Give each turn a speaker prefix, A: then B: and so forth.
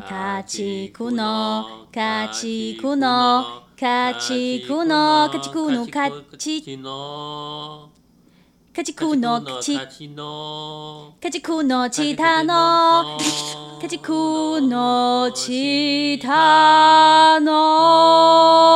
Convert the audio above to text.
A: 家畜の家畜の家畜の家畜の家畜家畜の家畜家畜のチーターの家畜のチーターの